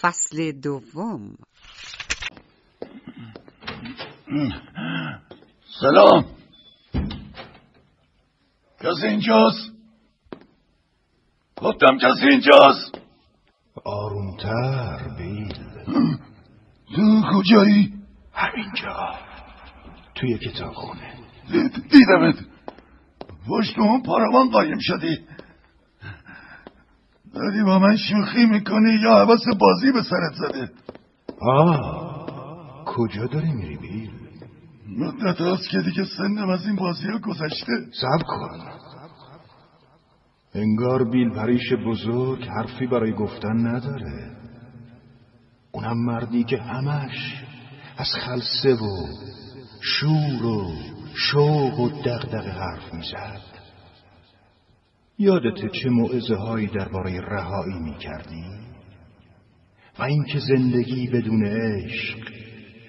فصل دوم سلام کسی اینجاست گفتم کسی اینجاست آرومتر بیل تو کجایی همینجا توی کتابخونه دید- دیدمت باش تو اون پاروان قایم شدی داری با من شوخی میکنی یا حواس بازی به سرت زده آه کجا داری میری بیل مدت هاست که دیگه سنم از این بازی ها گذشته سب کن انگار بیل پریش بزرگ حرفی برای گفتن نداره اونم مردی که همش از خلصه و شور و شوق و دغدغه حرف میزد یادت چه موعظه هایی درباره رهایی میکردی و اینکه زندگی بدون عشق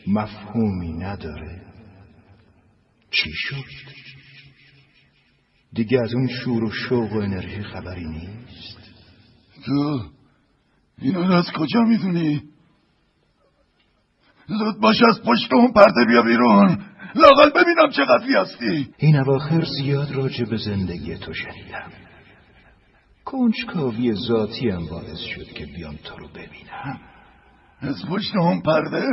مفهومی نداره چی شد دیگه از اون شور و شوق و انرژی خبری نیست تو اینا رو از کجا میدونی زود باش از پشت اون پرده بیا بیرون لاقل ببینم چه قتلی هستی این اواخر زیاد راجع به زندگی تو شنیدم کنجکاوی ذاتی هم باعث شد که بیام تو رو ببینم از پشت اون پرده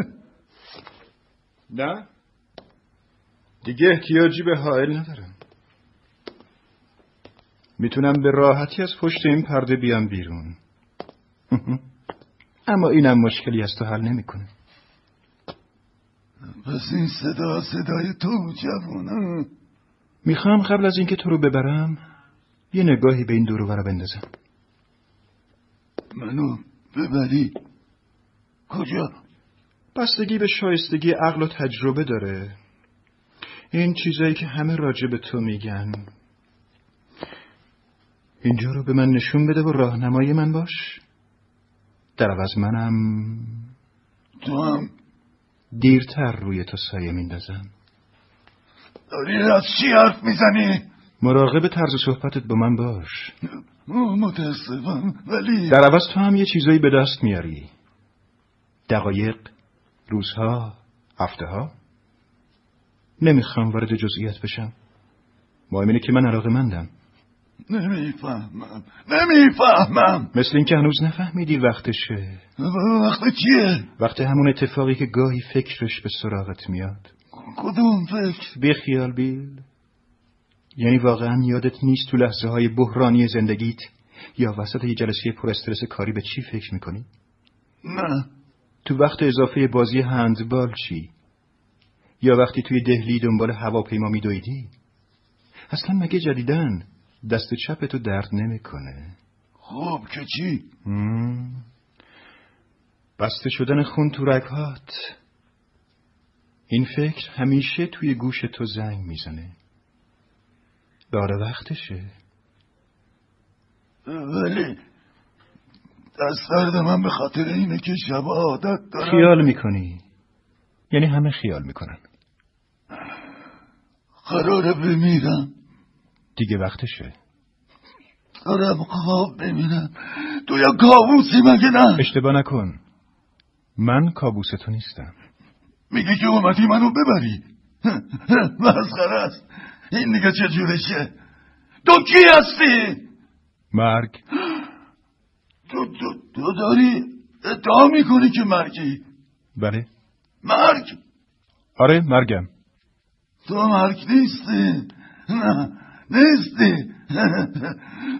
نه دیگه احتیاجی به حائل ندارم میتونم به راحتی از پشت این پرده بیام بیرون اما اینم مشکلی از تو حل نمیکنه پس این صدا صدای تو جوون ها؟ میخوام قبل از اینکه تو رو ببرم یه نگاهی به این دور رو بندازم منو ببری کجا بستگی به شایستگی عقل و تجربه داره این چیزایی که همه راجع به تو میگن اینجا رو به من نشون بده و راهنمای من باش در عوض منم تو هم دیرتر روی تو سایه میندازم داری از چی حرف میزنی مراقب طرز صحبتت با من باش اوه، متاسفم ولی در عوض تو هم یه چیزایی به دست میاری دقایق روزها هفته ها نمیخوام وارد جزئیات بشم مهم اینه که من علاقه مندم نمیفهمم نمیفهمم مثل اینکه هنوز نفهمیدی وقتشه وقت چیه وقت همون اتفاقی که گاهی فکرش به سراغت میاد کدوم فکر بخیال بیل یعنی واقعا یادت نیست تو لحظه های بحرانی زندگیت یا وسط یه جلسه پر استرس کاری به چی فکر میکنی؟ نه تو وقت اضافه بازی هندبال چی؟ یا وقتی توی دهلی دنبال هواپیما میدویدی؟ اصلا مگه جدیدن دست چپتو درد نمیکنه؟ خب که چی مم. بسته شدن خون تو رگهات این فکر همیشه توی گوش تو زنگ میزنه داره وقتشه ولی دست درد من به خاطر اینه که شب عادت دارم خیال میکنی یعنی همه خیال میکنن قراره بمیرم دیگه وقتشه دارم خواب ببینم تو یا کابوسی مگه نه اشتباه نکن من کابوس تو نیستم میگی که اومدی منو ببری مسخره است این دیگه چه جورشه تو کی هستی مرگ تو, تو, تو داری ادعا میکنی که مرگی بله مرگ آره مرگم تو مرگ نیستی نه نیستی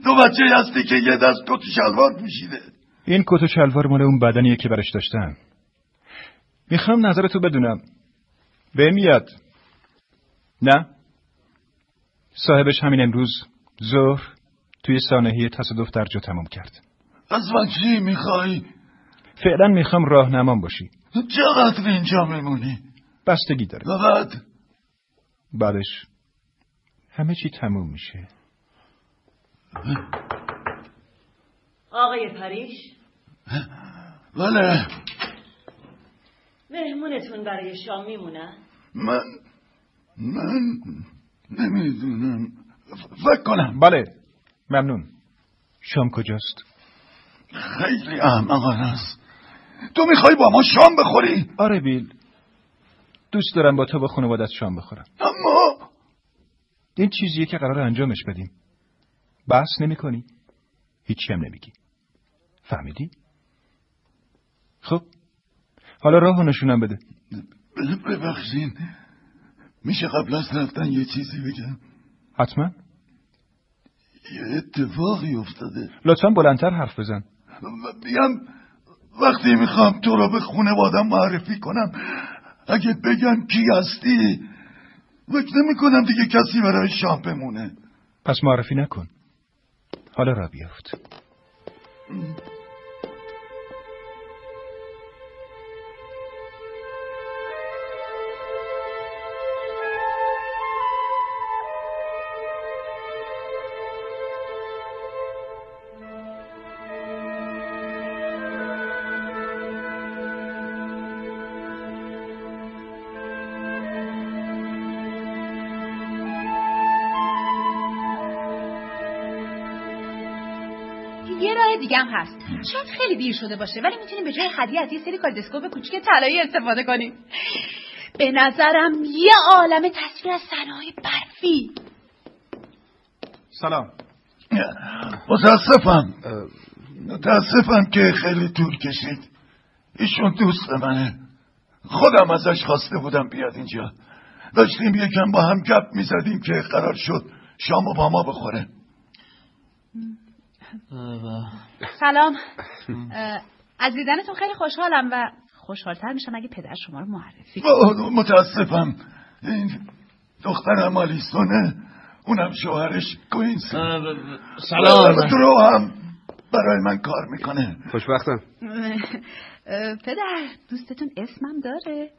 تو بچه هستی که یه دست کت و شلوار پوشیده این کت و شلوار مال اون بدنیه که برش داشتم میخوام نظرتو بدونم به میاد نه صاحبش همین امروز ظهر توی سانحه تصادف در جا تمام کرد از من چی میخوای فعلا میخوام راهنمام باشی چقدر اینجا میمونی بستگی داره و بعد بعدش همه چی تموم میشه آقای پریش بله مهمونتون برای شام میمونن من من نمیدونم فکر کنم بله ممنون شام کجاست خیلی احمقانه است تو میخوای با ما شام بخوری آره بیل دوست دارم با تو و خانوادت شام بخورم اما این چیزیه که قرار انجامش بدیم بحث نمی کنی هیچی هم نمیگی فهمیدی؟ خب حالا راهو نشونم بده ب- ببخشین میشه قبل از رفتن یه چیزی بگم حتما یه اتفاقی افتاده لطفا بلندتر حرف بزن بیم وقتی میخوام تو رو به خونوادم معرفی کنم اگه بگم کی هستی فکر نمی کنم دیگه کسی برای شام بمونه پس معرفی نکن حالا را بیافت یه راه دیگه هم هست شاید خیلی دیر شده باشه ولی میتونیم به جای هدیه از یه سری کالدسکوپ کوچیک طلایی استفاده کنیم به نظرم یه عالم تصویر از صنایع برفی سلام متاسفم متاسفم که خیلی طول کشید ایشون دوست منه خودم ازش خواسته بودم بیاد اینجا داشتیم یکم با هم گپ میزدیم که قرار شد شامو با ما بخوره سلام اه، از دیدنتون خیلی خوشحالم و خوشحالتر میشم اگه پدر شما رو معرفی کنه. آه، متاسفم این دخترم آلیسونه اونم شوهرش کوینس درو هم برای من کار میکنه خوشبختم اه، اه، پدر دوستتون اسمم داره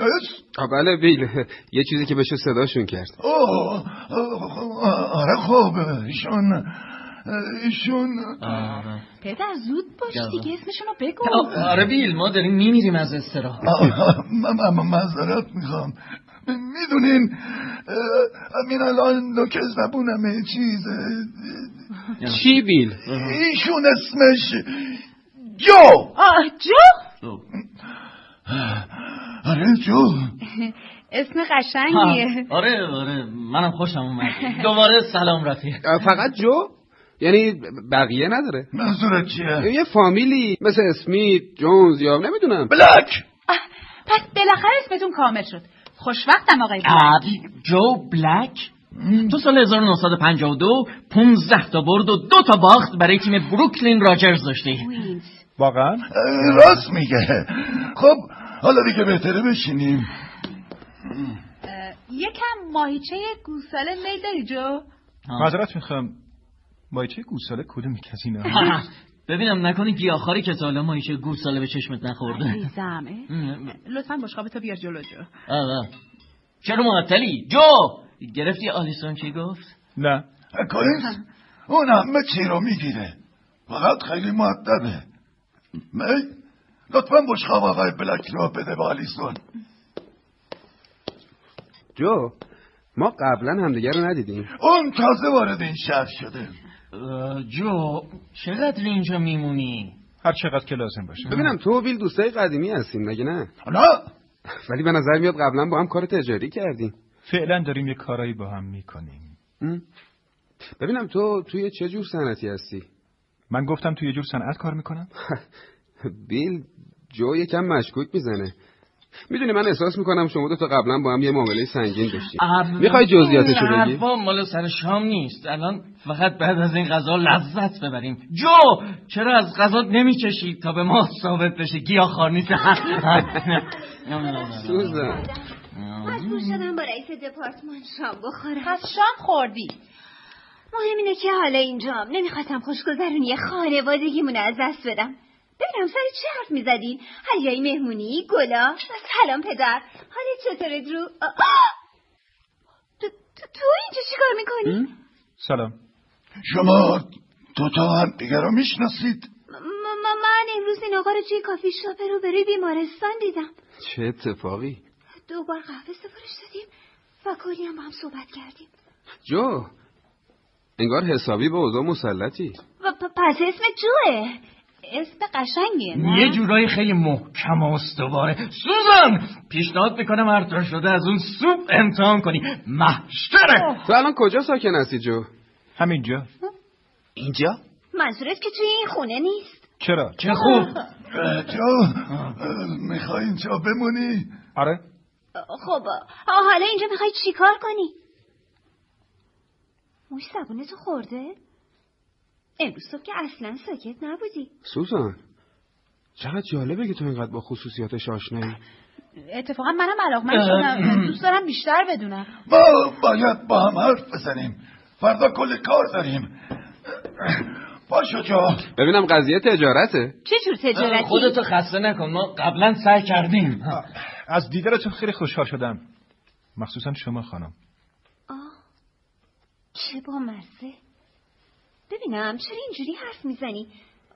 اس؟ آ بله بیل یه چیزی که بشه صداشون کرد اوه، آه، آره خب ایشون ایشون پدر زود باش دیگه اسمشون رو بگو آره بیل ما داریم میمیریم از استراحت آه، من من- من معذرت میخوام میدونین همین الان نوک زبونمه چیزه چی بیل ایشون اسمش جو آه جو آره جو اسم قشنگیه آره آره منم خوشم اومد دوباره سلام رفیق آ، فقط جو یعنی بقیه نداره منظورت چیه یه فامیلی مثل اسمیت جونز یا نمیدونم بلک آه، پس بالاخره اسمتون کامل شد خوشوقتم آقای بلند. آه، جو بلک تو سال 1952 15 تا برد و دو تا باخت برای تیم بروکلین راجرز داشتی کوینز. واقعا اه، راست میگه خب حالا دیگه بهتره بشینیم اه، یکم ماهیچه گوساله میل داری جو معذرت میخوام مایچه گوساله کدوم کسی نه آه، ببینم نکنی گیاخاری که تا حالا ماهیچه گوساله به چشمت نخورده عزیزم اه. لطفا بشقاب تو بیار جلو جو آه، آه. چرا معطلی جو گرفتی آلیسون چی گفت نه کوینز اون همه چی رو میگیره فقط خیلی معدبه می لطفا بشخواب آقای بلک رو بده به آلیسون جو ما قبلا همدیگه رو ندیدیم اون تازه وارد این شهر شده آه، جو چقدر اینجا میمونی هر چقدر که لازم باشه ببینم تو و بیل دوستای قدیمی هستیم مگه نه نه ولی به نظر میاد قبلا با هم کار تجاری کردیم فعلا داریم یه کارایی با هم میکنیم م. ببینم تو توی چه جور صنعتی هستی من گفتم تو یه جور صنعت کار میکنم بیل جو یکم مشکوک میزنه میدونی من احساس میکنم شما دو تا قبلا با هم یه معامله سنگین داشتیم میخوای جزئیاتشو بگی حرفا مال سر شام نیست الان فقط بعد از این غذا لذت ببریم جو چرا از غذا نمیچشی تا به ما ثابت بشه گیاهخوار نیست سوزن مجبور شدم با رئیس دپارتمان شام بخورم پس شام خوردی مهم اینه که حالا اینجام نمیخواستم خوشگذرونی خانوادگیمون رو از دست بدم ببینم سر چه حرف میزدین هیای مهمونی گلا سلام پدر حالا چطوره درو آه، آه! تو, تو, تو اینجا چیکار میکنی؟ سلام شما دوتا هم دیگه رو میشناسید من امروز این آقا رو توی کافی شاپ رو بروی بیمارستان دیدم چه اتفاقی دو بار قهوه سفارش دادیم و کلی هم با هم صحبت کردیم جو انگار حسابی به اوضاع مسلطی و پ- پس اسم جوه اسم قشنگیه نه؟ یه جورایی خیلی محکم و استواره سوزان پیشنهاد میکنم هر طور شده از اون سوپ امتحان کنی محشره تو الان کجا ساکن هستی جو همینجا اینجا؟ منظورت که توی این خونه نیست چرا چه خوب اه، جو میخوای اینجا بمونی آره خب آه، حالا اینجا میخوای چیکار کنی موش زبونتو خورده امروز صبح که اصلا ساکت نبودی سوزان چقدر جالبه که تو اینقدر با خصوصیاتش آشنایی اتفاقا منم علاقمند شدم دوست دارم بیشتر بدونم ما باید با هم حرف بزنیم فردا کلی کار داریم باشو جو ببینم قضیه تجارته چه جور تجارتی خودتو خسته نکن ما قبلا سعی کردیم از دیدارتون خیلی خوشحال شدم مخصوصا شما خانم آه چه با مرزه ببینم چرا اینجوری حرف میزنی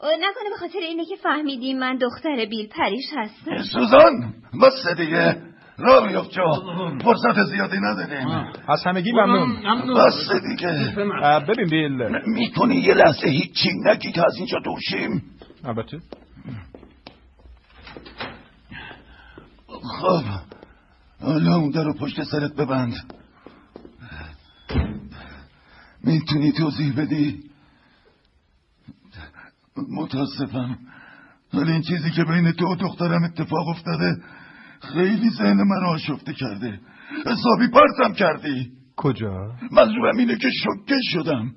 نکنه به خاطر اینه که فهمیدی من دختر بیل پریش هستم سوزان بس دیگه را بیفت جو فرصت زیادی نداریم از همگی ممنون بس دیگه اه، ببین بیل میتونی یه لحظه هیچی نگی که از اینجا دور شیم البته خب حالا اون در رو پشت سرت ببند میتونی توضیح بدی متاسفم ولی این چیزی که بین تو و دخترم اتفاق افتاده خیلی ذهن من آشفته کرده حسابی پرتم کردی کجا منظورم اینه که شکه شدم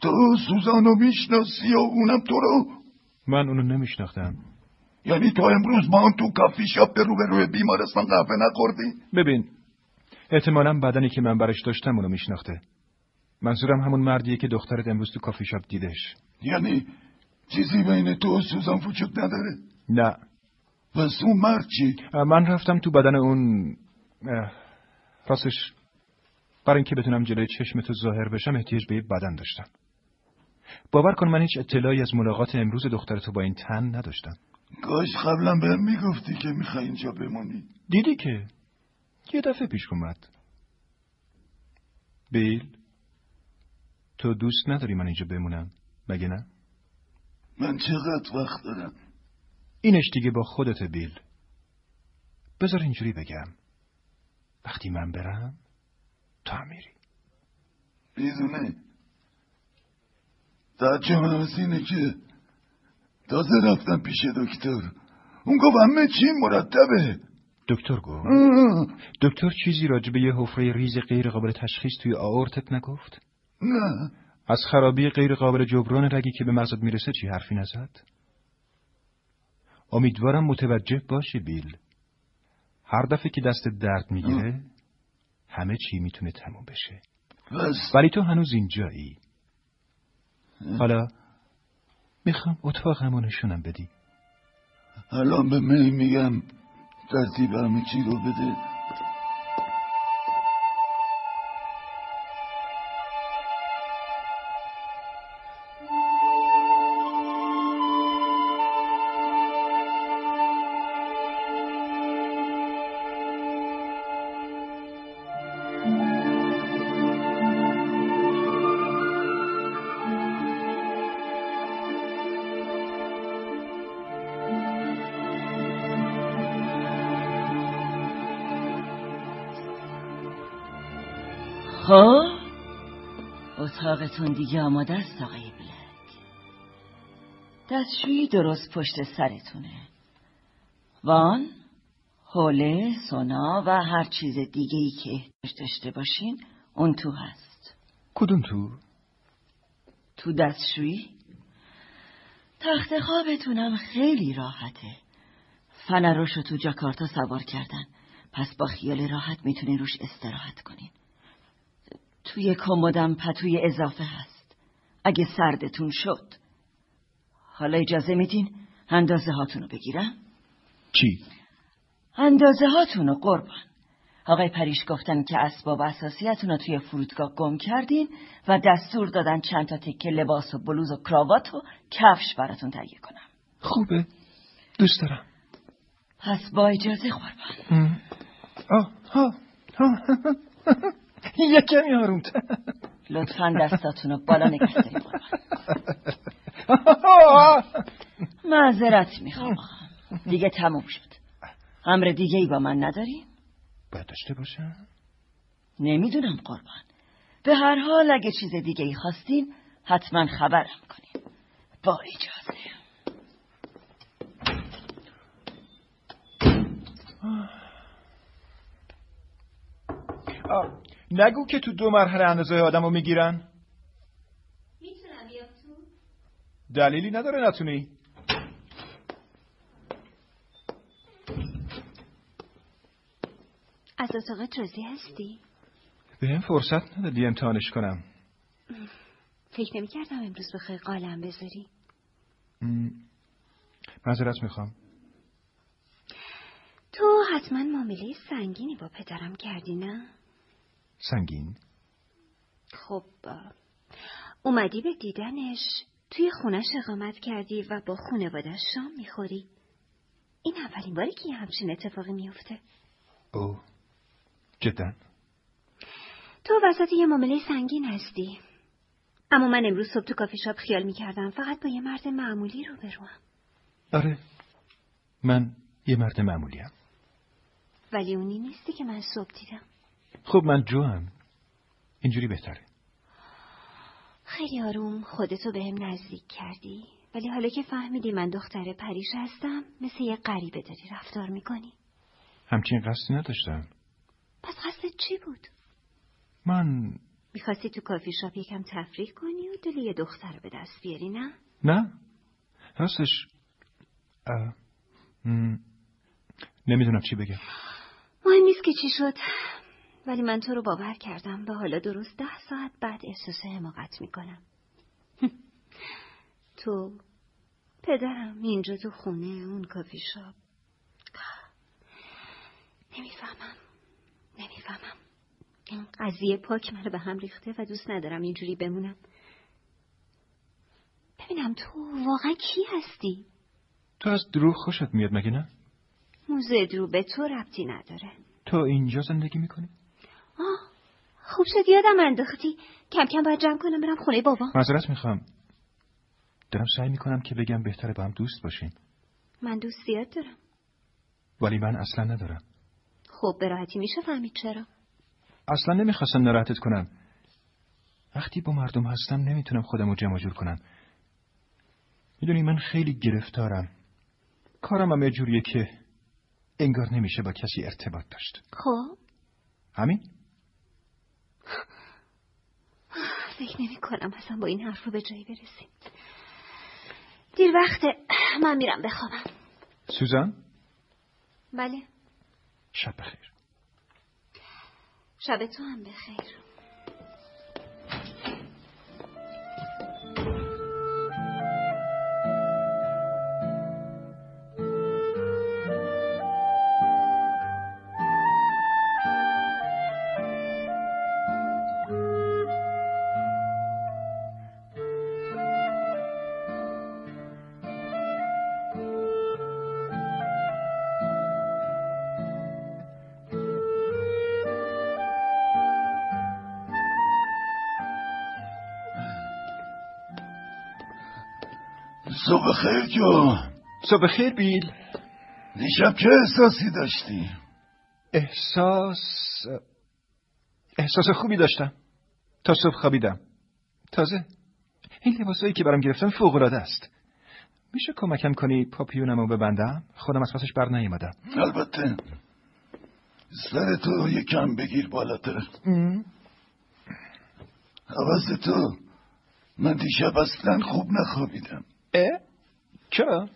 تو سوزانو میشناسی و اونم تو رو من اونو نمیشناختم یعنی تو امروز با هم تو کافی شاپ به روبروی بیمارستان قهوه نخوردی ببین احتمالا بدنی که من برش داشتم اونو میشناخته منظورم همون مردیه که دخترت امروز تو کافی شاپ دیدش یعنی چیزی بین تو و سوزان وجود نداره نه پس اون مرد چی؟ اه، من رفتم تو بدن اون اه، راستش برای اینکه بتونم جلوی چشم تو ظاهر بشم احتیاج به یه بدن داشتم باور کن من هیچ اطلاعی از ملاقات امروز دختر تو با این تن نداشتم کاش قبلا بهم میگفتی که میخوای اینجا بمونی دیدی که یه دفعه پیش اومد بیل تو دوست نداری من اینجا بمونم مگه نه من چقدر وقت دارم اینش دیگه با خودت بیل بذار اینجوری بگم وقتی من برم تو هم میری میدونه تعجبم از اینه که تازه رفتم پیش دکتر اون گفت همه چی مرتبه دکتر گفت آه، دکتر چیزی راجع به یه حفره ریز غیر قابل تشخیص توی آورتت نگفت نه از خرابی غیر قابل جبران رگی که به مغزت میرسه چی حرفی نزد امیدوارم متوجه باشی بیل هر دفعه که دست درد میگیره همه چی میتونه تموم بشه بس ولی تو هنوز اینجایی حالا میخوام اتاقم رو نشونم بدی الان به می میگم ترتیب همه چی رو بده خب اتاقتون دیگه آماده است آقای بلک دستشویی درست پشت سرتونه وان حوله سونا و هر چیز دیگه ای که احتیاج داشته باشین اون تو هست کدوم تو؟ تو دستشویی تخت خوابتونم خیلی راحته فنروش رو تو جاکارتا سوار کردن پس با خیال راحت میتونین روش استراحت کنین توی کمدم پتوی اضافه هست اگه سردتون شد حالا اجازه میدین اندازه هاتونو بگیرم چی؟ اندازه هاتونو قربان آقای پریش گفتن که اسباب اساسیتون رو توی فرودگاه گم کردین و دستور دادن چند تا تکه لباس و بلوز و کراوات و کفش براتون تهیه کنم خوبه دوست دارم پس با اجازه قربان آه ها ها یه کمی آرومت لطفا دستاتون رو بالا نگه دارین قربان معذرت میخوام آقا. دیگه تموم شد امر دیگه ای با من نداری؟ باید داشته باشم نمیدونم قربان به هر حال اگه چیز دیگه ای خواستین حتما خبرم کنین با اجازه آه، نگو که تو دو مرحله اندازه آدم رو میگیرن میتونم بیام تو؟ دلیلی نداره نتونی از اتاقت راضی هستی؟ به هم فرصت ندادی امتحانش کنم فکر نمیکردم امروز بخوای قالم بذاری م، معذرت میخوام تو حتما معامله سنگینی با پدرم کردی نه؟ سنگین خب آه، اومدی به دیدنش توی خونش اقامت کردی و با خونوادش شام میخوری این اولین باری که یه همچین اتفاقی میفته او جدا تو وسط یه معامله سنگین هستی اما من امروز صبح تو کافی شاپ خیال میکردم فقط با یه مرد معمولی رو آره من یه مرد معمولیم ولی اونی نیستی که من صبح دیدم خب من جو هم اینجوری بهتره خیلی آروم خودتو بهم نزدیک کردی ولی حالا که فهمیدی من دختر پریش هستم مثل یه غریبه داری رفتار میکنی همچین قصدی نداشتم پس قصدت چی بود من میخواستی تو کافی شاپ یکم تفریح کنی و دل یه دختر رو به دست بیاری نه نه راستش اه، م، نمیدونم چی بگم مهم نیست که چی شد ولی من تو رو باور کردم و حالا درست ده ساعت بعد احساس حماقت میکنم تو پدرم اینجا تو خونه اون کافی شاپ نمیفهمم نمیفهمم این قضیه پاک منو به هم ریخته و دوست ندارم اینجوری بمونم ببینم تو واقعا کی هستی تو از دروغ خوشت میاد مگه نه موزه درو به تو ربطی نداره تو اینجا زندگی میکنی آه خوب شد یادم انداختی کم کم باید جمع کنم برم خونه بابا معذرت میخوام دارم سعی میکنم که بگم بهتره با هم دوست باشیم من دوست زیاد دارم ولی من اصلا ندارم خب به راحتی میشه فهمید چرا اصلا نمیخواستم ناراحتت کنم وقتی با مردم هستم نمیتونم خودم رو جمع و جور کنم میدونی من خیلی گرفتارم کارم هم یه جوریه که انگار نمیشه با کسی ارتباط داشت خب همین فکر نمی کنم اصلا با این حرف رو به جایی برسیم دیر وقته من میرم بخوابم سوزان بله شب بخیر شب تو هم بخیر صبح خیر جو صبح خیر بیل دیشب چه احساسی داشتی؟ احساس احساس خوبی داشتم تا صبح خوابیدم تازه این لباسایی که برام گرفتم فوق العاده است میشه کمکم کنی پاپیونمو ببندم خودم از پسش بر نیومدم البته سر تو یکم بگیر بالاتر عوض تو من دیشب اصلا خوب نخوابیدم اه؟ چرا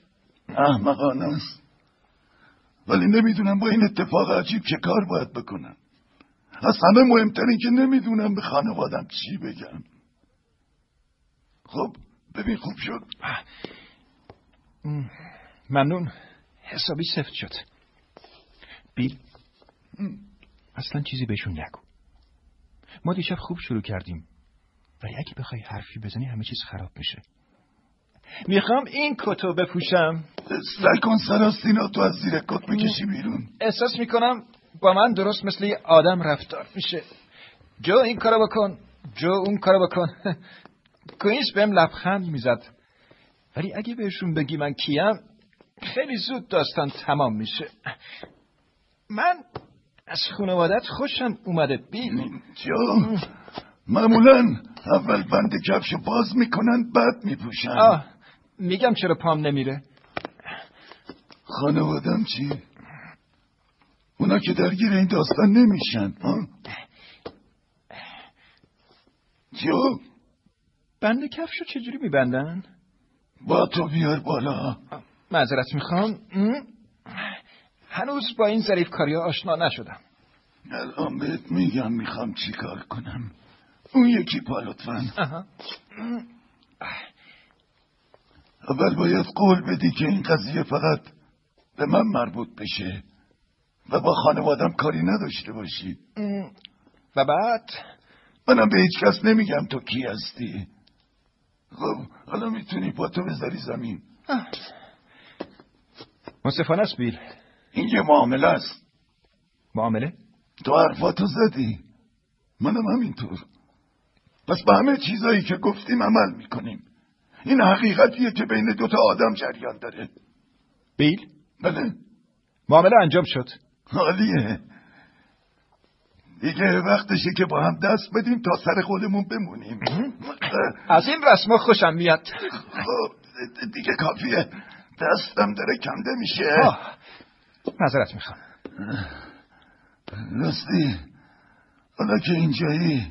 احمقانه است ولی نمیدونم با این اتفاق عجیب چه کار باید بکنم از همه مهمتر این که نمیدونم به خانوادم چی بگم خب ببین خوب شد ممنون حسابی سفت شد بیل اصلا چیزی بهشون نگو ما دیشب خوب شروع کردیم ولی اگه بخوای حرفی بزنی همه چیز خراب میشه میخوام این کتو بپوشم سعی کن سراسینا تو از زیر کت بکشی بیرون احساس میکنم با من درست مثل یه آدم رفتار میشه جو این کارو بکن جو اون کارو بکن کوینز بهم لبخند میزد ولی اگه بهشون بگی من کیم خیلی زود داستان تمام میشه من از خانوادت خوشم اومده بیل جو معمولا اول بند کفشو باز میکنن بعد میپوشن آه میگم چرا پام نمیره خانوادم چی؟ اونا که درگیر این داستان نمیشن ها؟ جو بند کفش رو چجوری میبندن؟ با تو بیار بالا معذرت میخوام هنوز با این ظریف کاریا آشنا نشدم الان بهت میگم میخوام چیکار کنم اون یکی پا لطفا آها. اول باید قول بدی که این قضیه فقط به من مربوط بشه و با خانوادم کاری نداشته باشی و بعد منم به هیچ کس نمیگم تو کی هستی خب حالا میتونی با تو بذاری زمین منصفانه است بیل این یه معامله است معامله تو حرفاتو زدی منم همینطور پس به همه چیزایی که گفتیم عمل میکنیم این حقیقتیه که بین دوتا آدم جریان داره بیل بله معامله انجام شد حالیه دیگه وقتشه که با هم دست بدیم تا سر خودمون بمونیم از این رسما خوشم میاد خب دیگه کافیه دستم داره کنده میشه آه، معذرت میخوام راستی حالا که اینجایی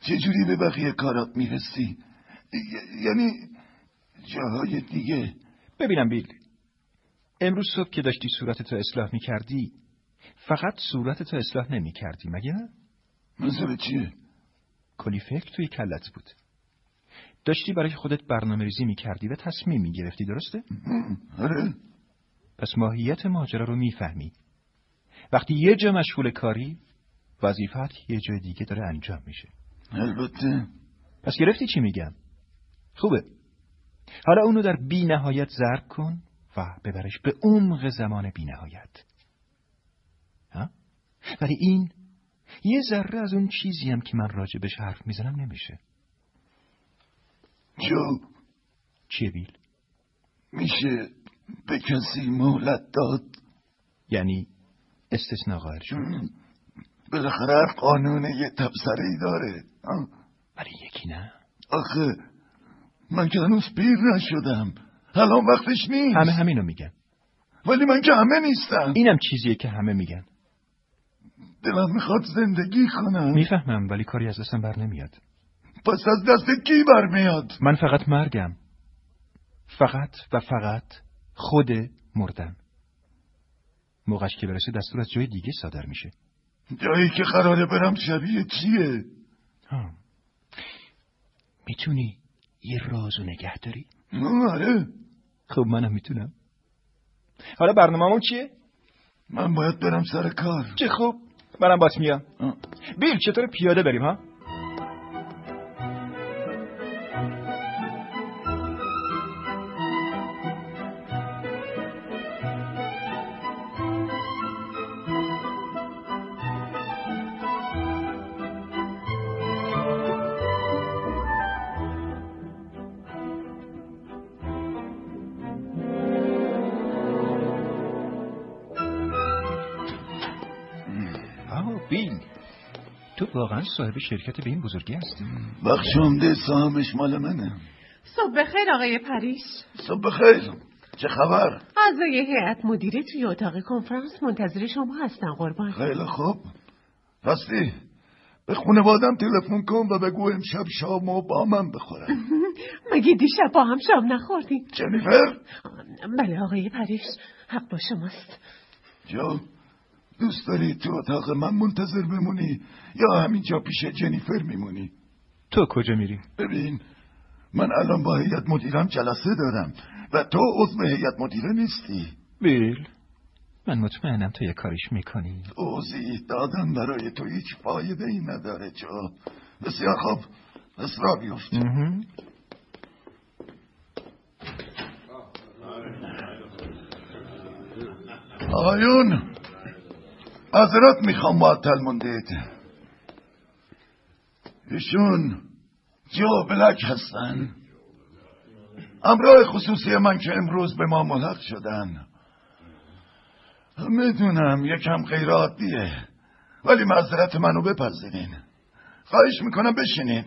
چجوری به بقیه کارات میرسی ی- یعنی جاهای دیگه ببینم بیل امروز صبح که داشتی صورتتو اصلاح میکردی فقط صورتتو اصلاح نمیکردی مگه نه؟ منظور چیه کلی فکر توی کلت بود داشتی برای خودت برنامه ریزی میکردی و تصمیم میگرفتی درسته؟ آره پس ماهیت ماجرا رو میفهمی وقتی یه جا مشغول کاری وظیفت یه جای دیگه داره انجام میشه البته پس گرفتی چی میگم خوبه حالا اونو در بی نهایت ضرب کن و ببرش به عمق زمان بی نهایت ها؟ ولی این یه ذره از اون چیزی هم که من راجبش حرف میزنم نمیشه جو چیه بیل؟ میشه به کسی مهلت داد یعنی استثناء قائل شد بالاخره هر قانون یه تبصره ای داره آه. ولی یکی نه آخه من که هنوز پیر نشدم الان وقتش نیست همه همینو میگن ولی من که همه نیستم اینم چیزیه که همه میگن دلم میخواد زندگی کنم میفهمم ولی کاری از دستم بر نمیاد پس از دست کی برمیاد من فقط مرگم فقط و فقط خود مردم موقعش که برسه دستور از جای دیگه صادر میشه جایی که قراره برم شبیه چیه ها. میتونی یه رازو نگه داری؟ آه، آره خب منم میتونم حالا برنامه چیه؟ من باید برم سر کار چه خوب منم بات میام آه. بیل چطور پیاده بریم ها؟ آه بیل تو واقعا صاحب شرکت به این بزرگی هستی؟ بخش عمده سهامش مال منه صبح بخیر آقای پریش صبح خیر چه خبر اعضای هیئت مدیره توی اتاق کنفرانس منتظر شما هستن قربان خیلی خوب راستی به خونوادم تلفن کن و بگو امشب شامو با من بخورن مگه دیشب با هم شام نخوردیم جنیفر بله آقای پریش حق با شماست جو دوست داری تو اتاق من منتظر بمونی یا همینجا پیش جنیفر میمونی تو کجا میری؟ ببین من الان با هیئت مدیرم جلسه دارم و تو عضو هیئت مدیره نیستی بیل من مطمئنم تو یه کاریش میکنی توضیح دادن برای تو هیچ فایده ای نداره جو بسیار خوب پس را بیفت آقایون حضرت میخوام معطل موندید ایشون جو بلک هستن همراه خصوصی من که امروز به ما ملحق شدن میدونم یکم غیر عادیه ولی معذرت منو بپذیرین خواهش میکنم بشینید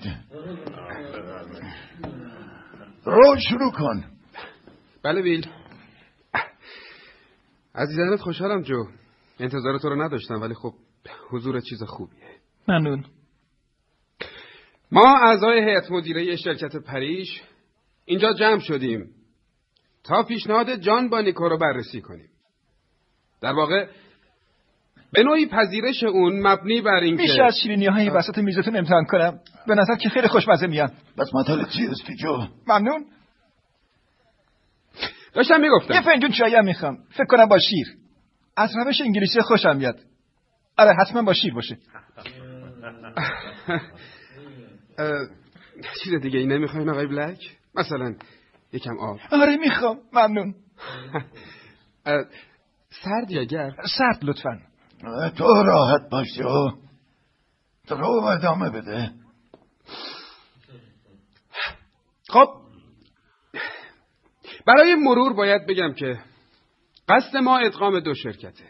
رو شروع کن بله بیل از دیدنت خوشحالم جو انتظار تو رو نداشتم ولی خب حضور چیز خوبیه ممنون ما اعضای هیئت مدیره شرکت پریش اینجا جمع شدیم تا پیشنهاد جان بانیکو رو بررسی کنیم در واقع به نوعی پذیرش اون مبنی بر اینکه میشه از شیرینی های وسط میزتون امتحان کنم به نظر که خیلی خوشمزه میان بس مطالب چی هستی جو ممنون داشتم یه میگفتم فنجون چایی هم میخوام فکر کنم با شیر از روش انگلیسی خوشم میاد آره حتما با شیر باشه اه، چیز دیگه ای نمیخواین آقای بلک مثلا یکم آب آره میخوام ممنون اه، سرد یا گرم سرد لطفا تو راحت باش جو رو ادامه بده خب برای مرور باید بگم که قصد ما ادغام دو شرکته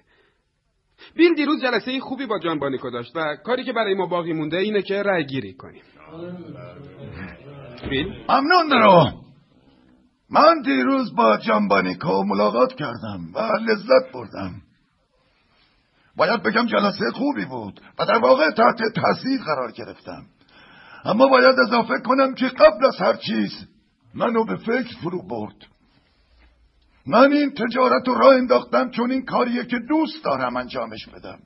بیل دیروز جلسه خوبی با جان بانیکو داشت و کاری که برای ما باقی مونده اینه که رأی گیری کنیم بیل ممنون رو من دیروز با جانبانیکو ملاقات کردم و لذت بردم باید بگم جلسه خوبی بود و در واقع تحت تاثیر قرار گرفتم اما باید اضافه کنم که قبل از هر چیز منو به فکر فرو برد من این تجارت رو راه انداختم چون این کاریه که دوست دارم انجامش بدم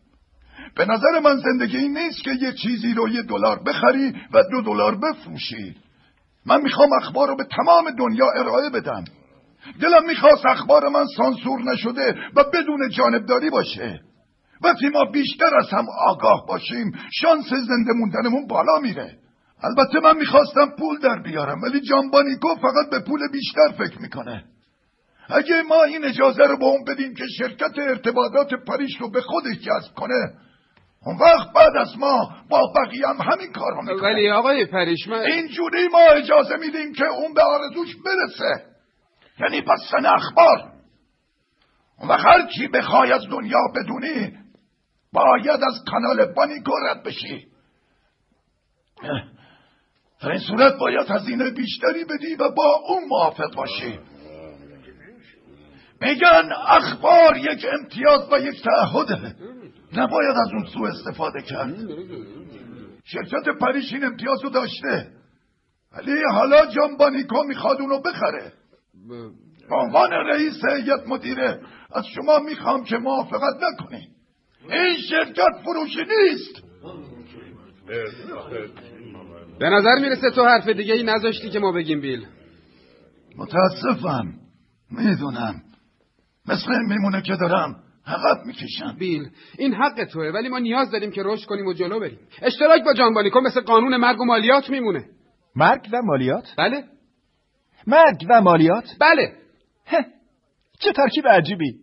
به نظر من زندگی این نیست که یه چیزی رو یه دلار بخری و دو دلار بفروشی من میخوام اخبار رو به تمام دنیا ارائه بدم دلم میخواست اخبار من سانسور نشده و بدون جانبداری باشه وقتی ما بیشتر از هم آگاه باشیم شانس زنده موندنمون بالا میره البته من میخواستم پول در بیارم ولی جانبانیکو فقط به پول بیشتر فکر میکنه اگه ما این اجازه رو به اون بدیم که شرکت ارتباطات پریش رو به خودش جذب کنه اون وقت بعد از ما با بقیه هم همین کار رو میکنه ولی آقای پریشمن اینجوری ما اجازه میدیم که اون به آرزوش برسه یعنی بستن اخبار اون وقت هر چی بخوای از دنیا بدونی باید از کانال بانیکو رد بشی اه، در این صورت باید هزینه بیشتری بدی و با اون موافق باشی میگن اخبار یک امتیاز و یک تعهده نباید از اون سو استفاده کرد شرکت پریش این امتیاز رو داشته ولی حالا جانبانیکو میخواد اونو بخره به عنوان رئیس هیئت مدیره از شما میخوام که موافقت نکنی این شرکت فروشی نیست به نظر میرسه تو حرف دیگه ای نذاشتی که ما بگیم بیل متاسفم میدونم مثل این میمونه که دارم عقب میکشم بیل این حق توه ولی ما نیاز داریم که رشد کنیم و جلو بریم اشتراک با جان بانیکو مثل قانون مرگ و مالیات میمونه مرگ و مالیات بله مرگ و مالیات بله هه. چه ترکیب عجیبی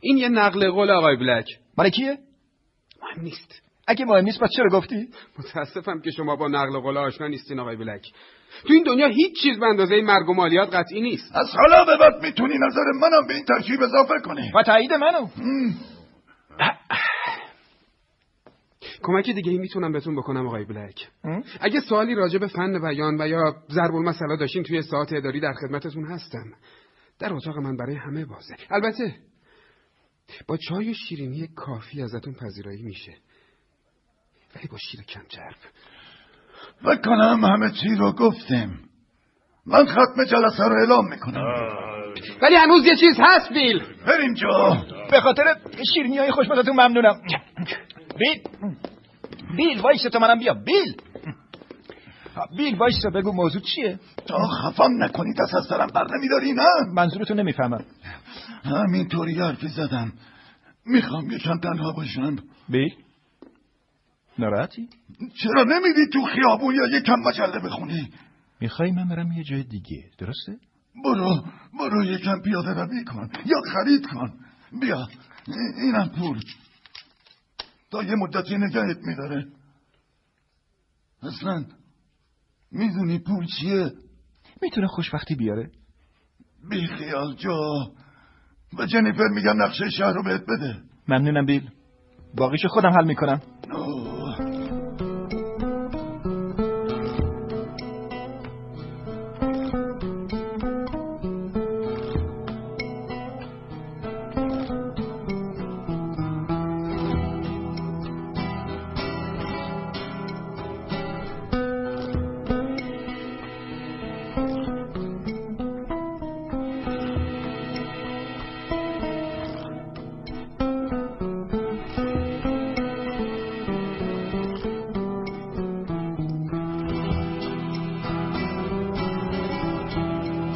این یه نقل قول آقای بلک مال کیه مهم نیست اگه مهم نیست پس چرا گفتی متاسفم که شما با نقل قول آشنا نیستین آقای بلک تو این دنیا هیچ چیز به اندازه مرگ و مالیات قطعی نیست از حالا به بعد میتونی نظر منم به این ترکیب اضافه کنی و تایید منو کمک دیگه ای میتونم بهتون بکنم آقای بلک م؟ اگه سوالی راجع به فن بیان و یا ضرب المثلا داشتین توی ساعت اداری در خدمتتون هستم در اتاق من برای همه بازه البته با چای و شیرینی کافی ازتون پذیرایی میشه ولی با شیر کم چرب فکر کنم همه چی رو گفتیم من ختم جلسه رو اعلام میکنم ولی هنوز یه چیز هست بیل بریم جا به خاطر شیرینی های خوشمزتون ممنونم بیل بیل وایس تو منم بیا بیل بیل وایس بگو موضوع چیه تا خفم نکنی دست از سرم بر نمیداری نه منظورتو نمیفهمم همینطوری حرفی زدم میخوام یکم تنها باشم بیل ناراحتی چرا نمیری تو خیابون یا یکم مجله بخونی میخوای من برم یه جای دیگه درسته برو برو یکم پیاده روی کن یا خرید کن بیا ای- اینم پول تا یه مدتی نگهت میداره اصلا میدونی پول چیه میتونه خوشبختی بیاره بیخیال جو به جنیفر میگم نقشه شهر رو بهت بده ممنونم بیل باقیش خودم حل میکنم نو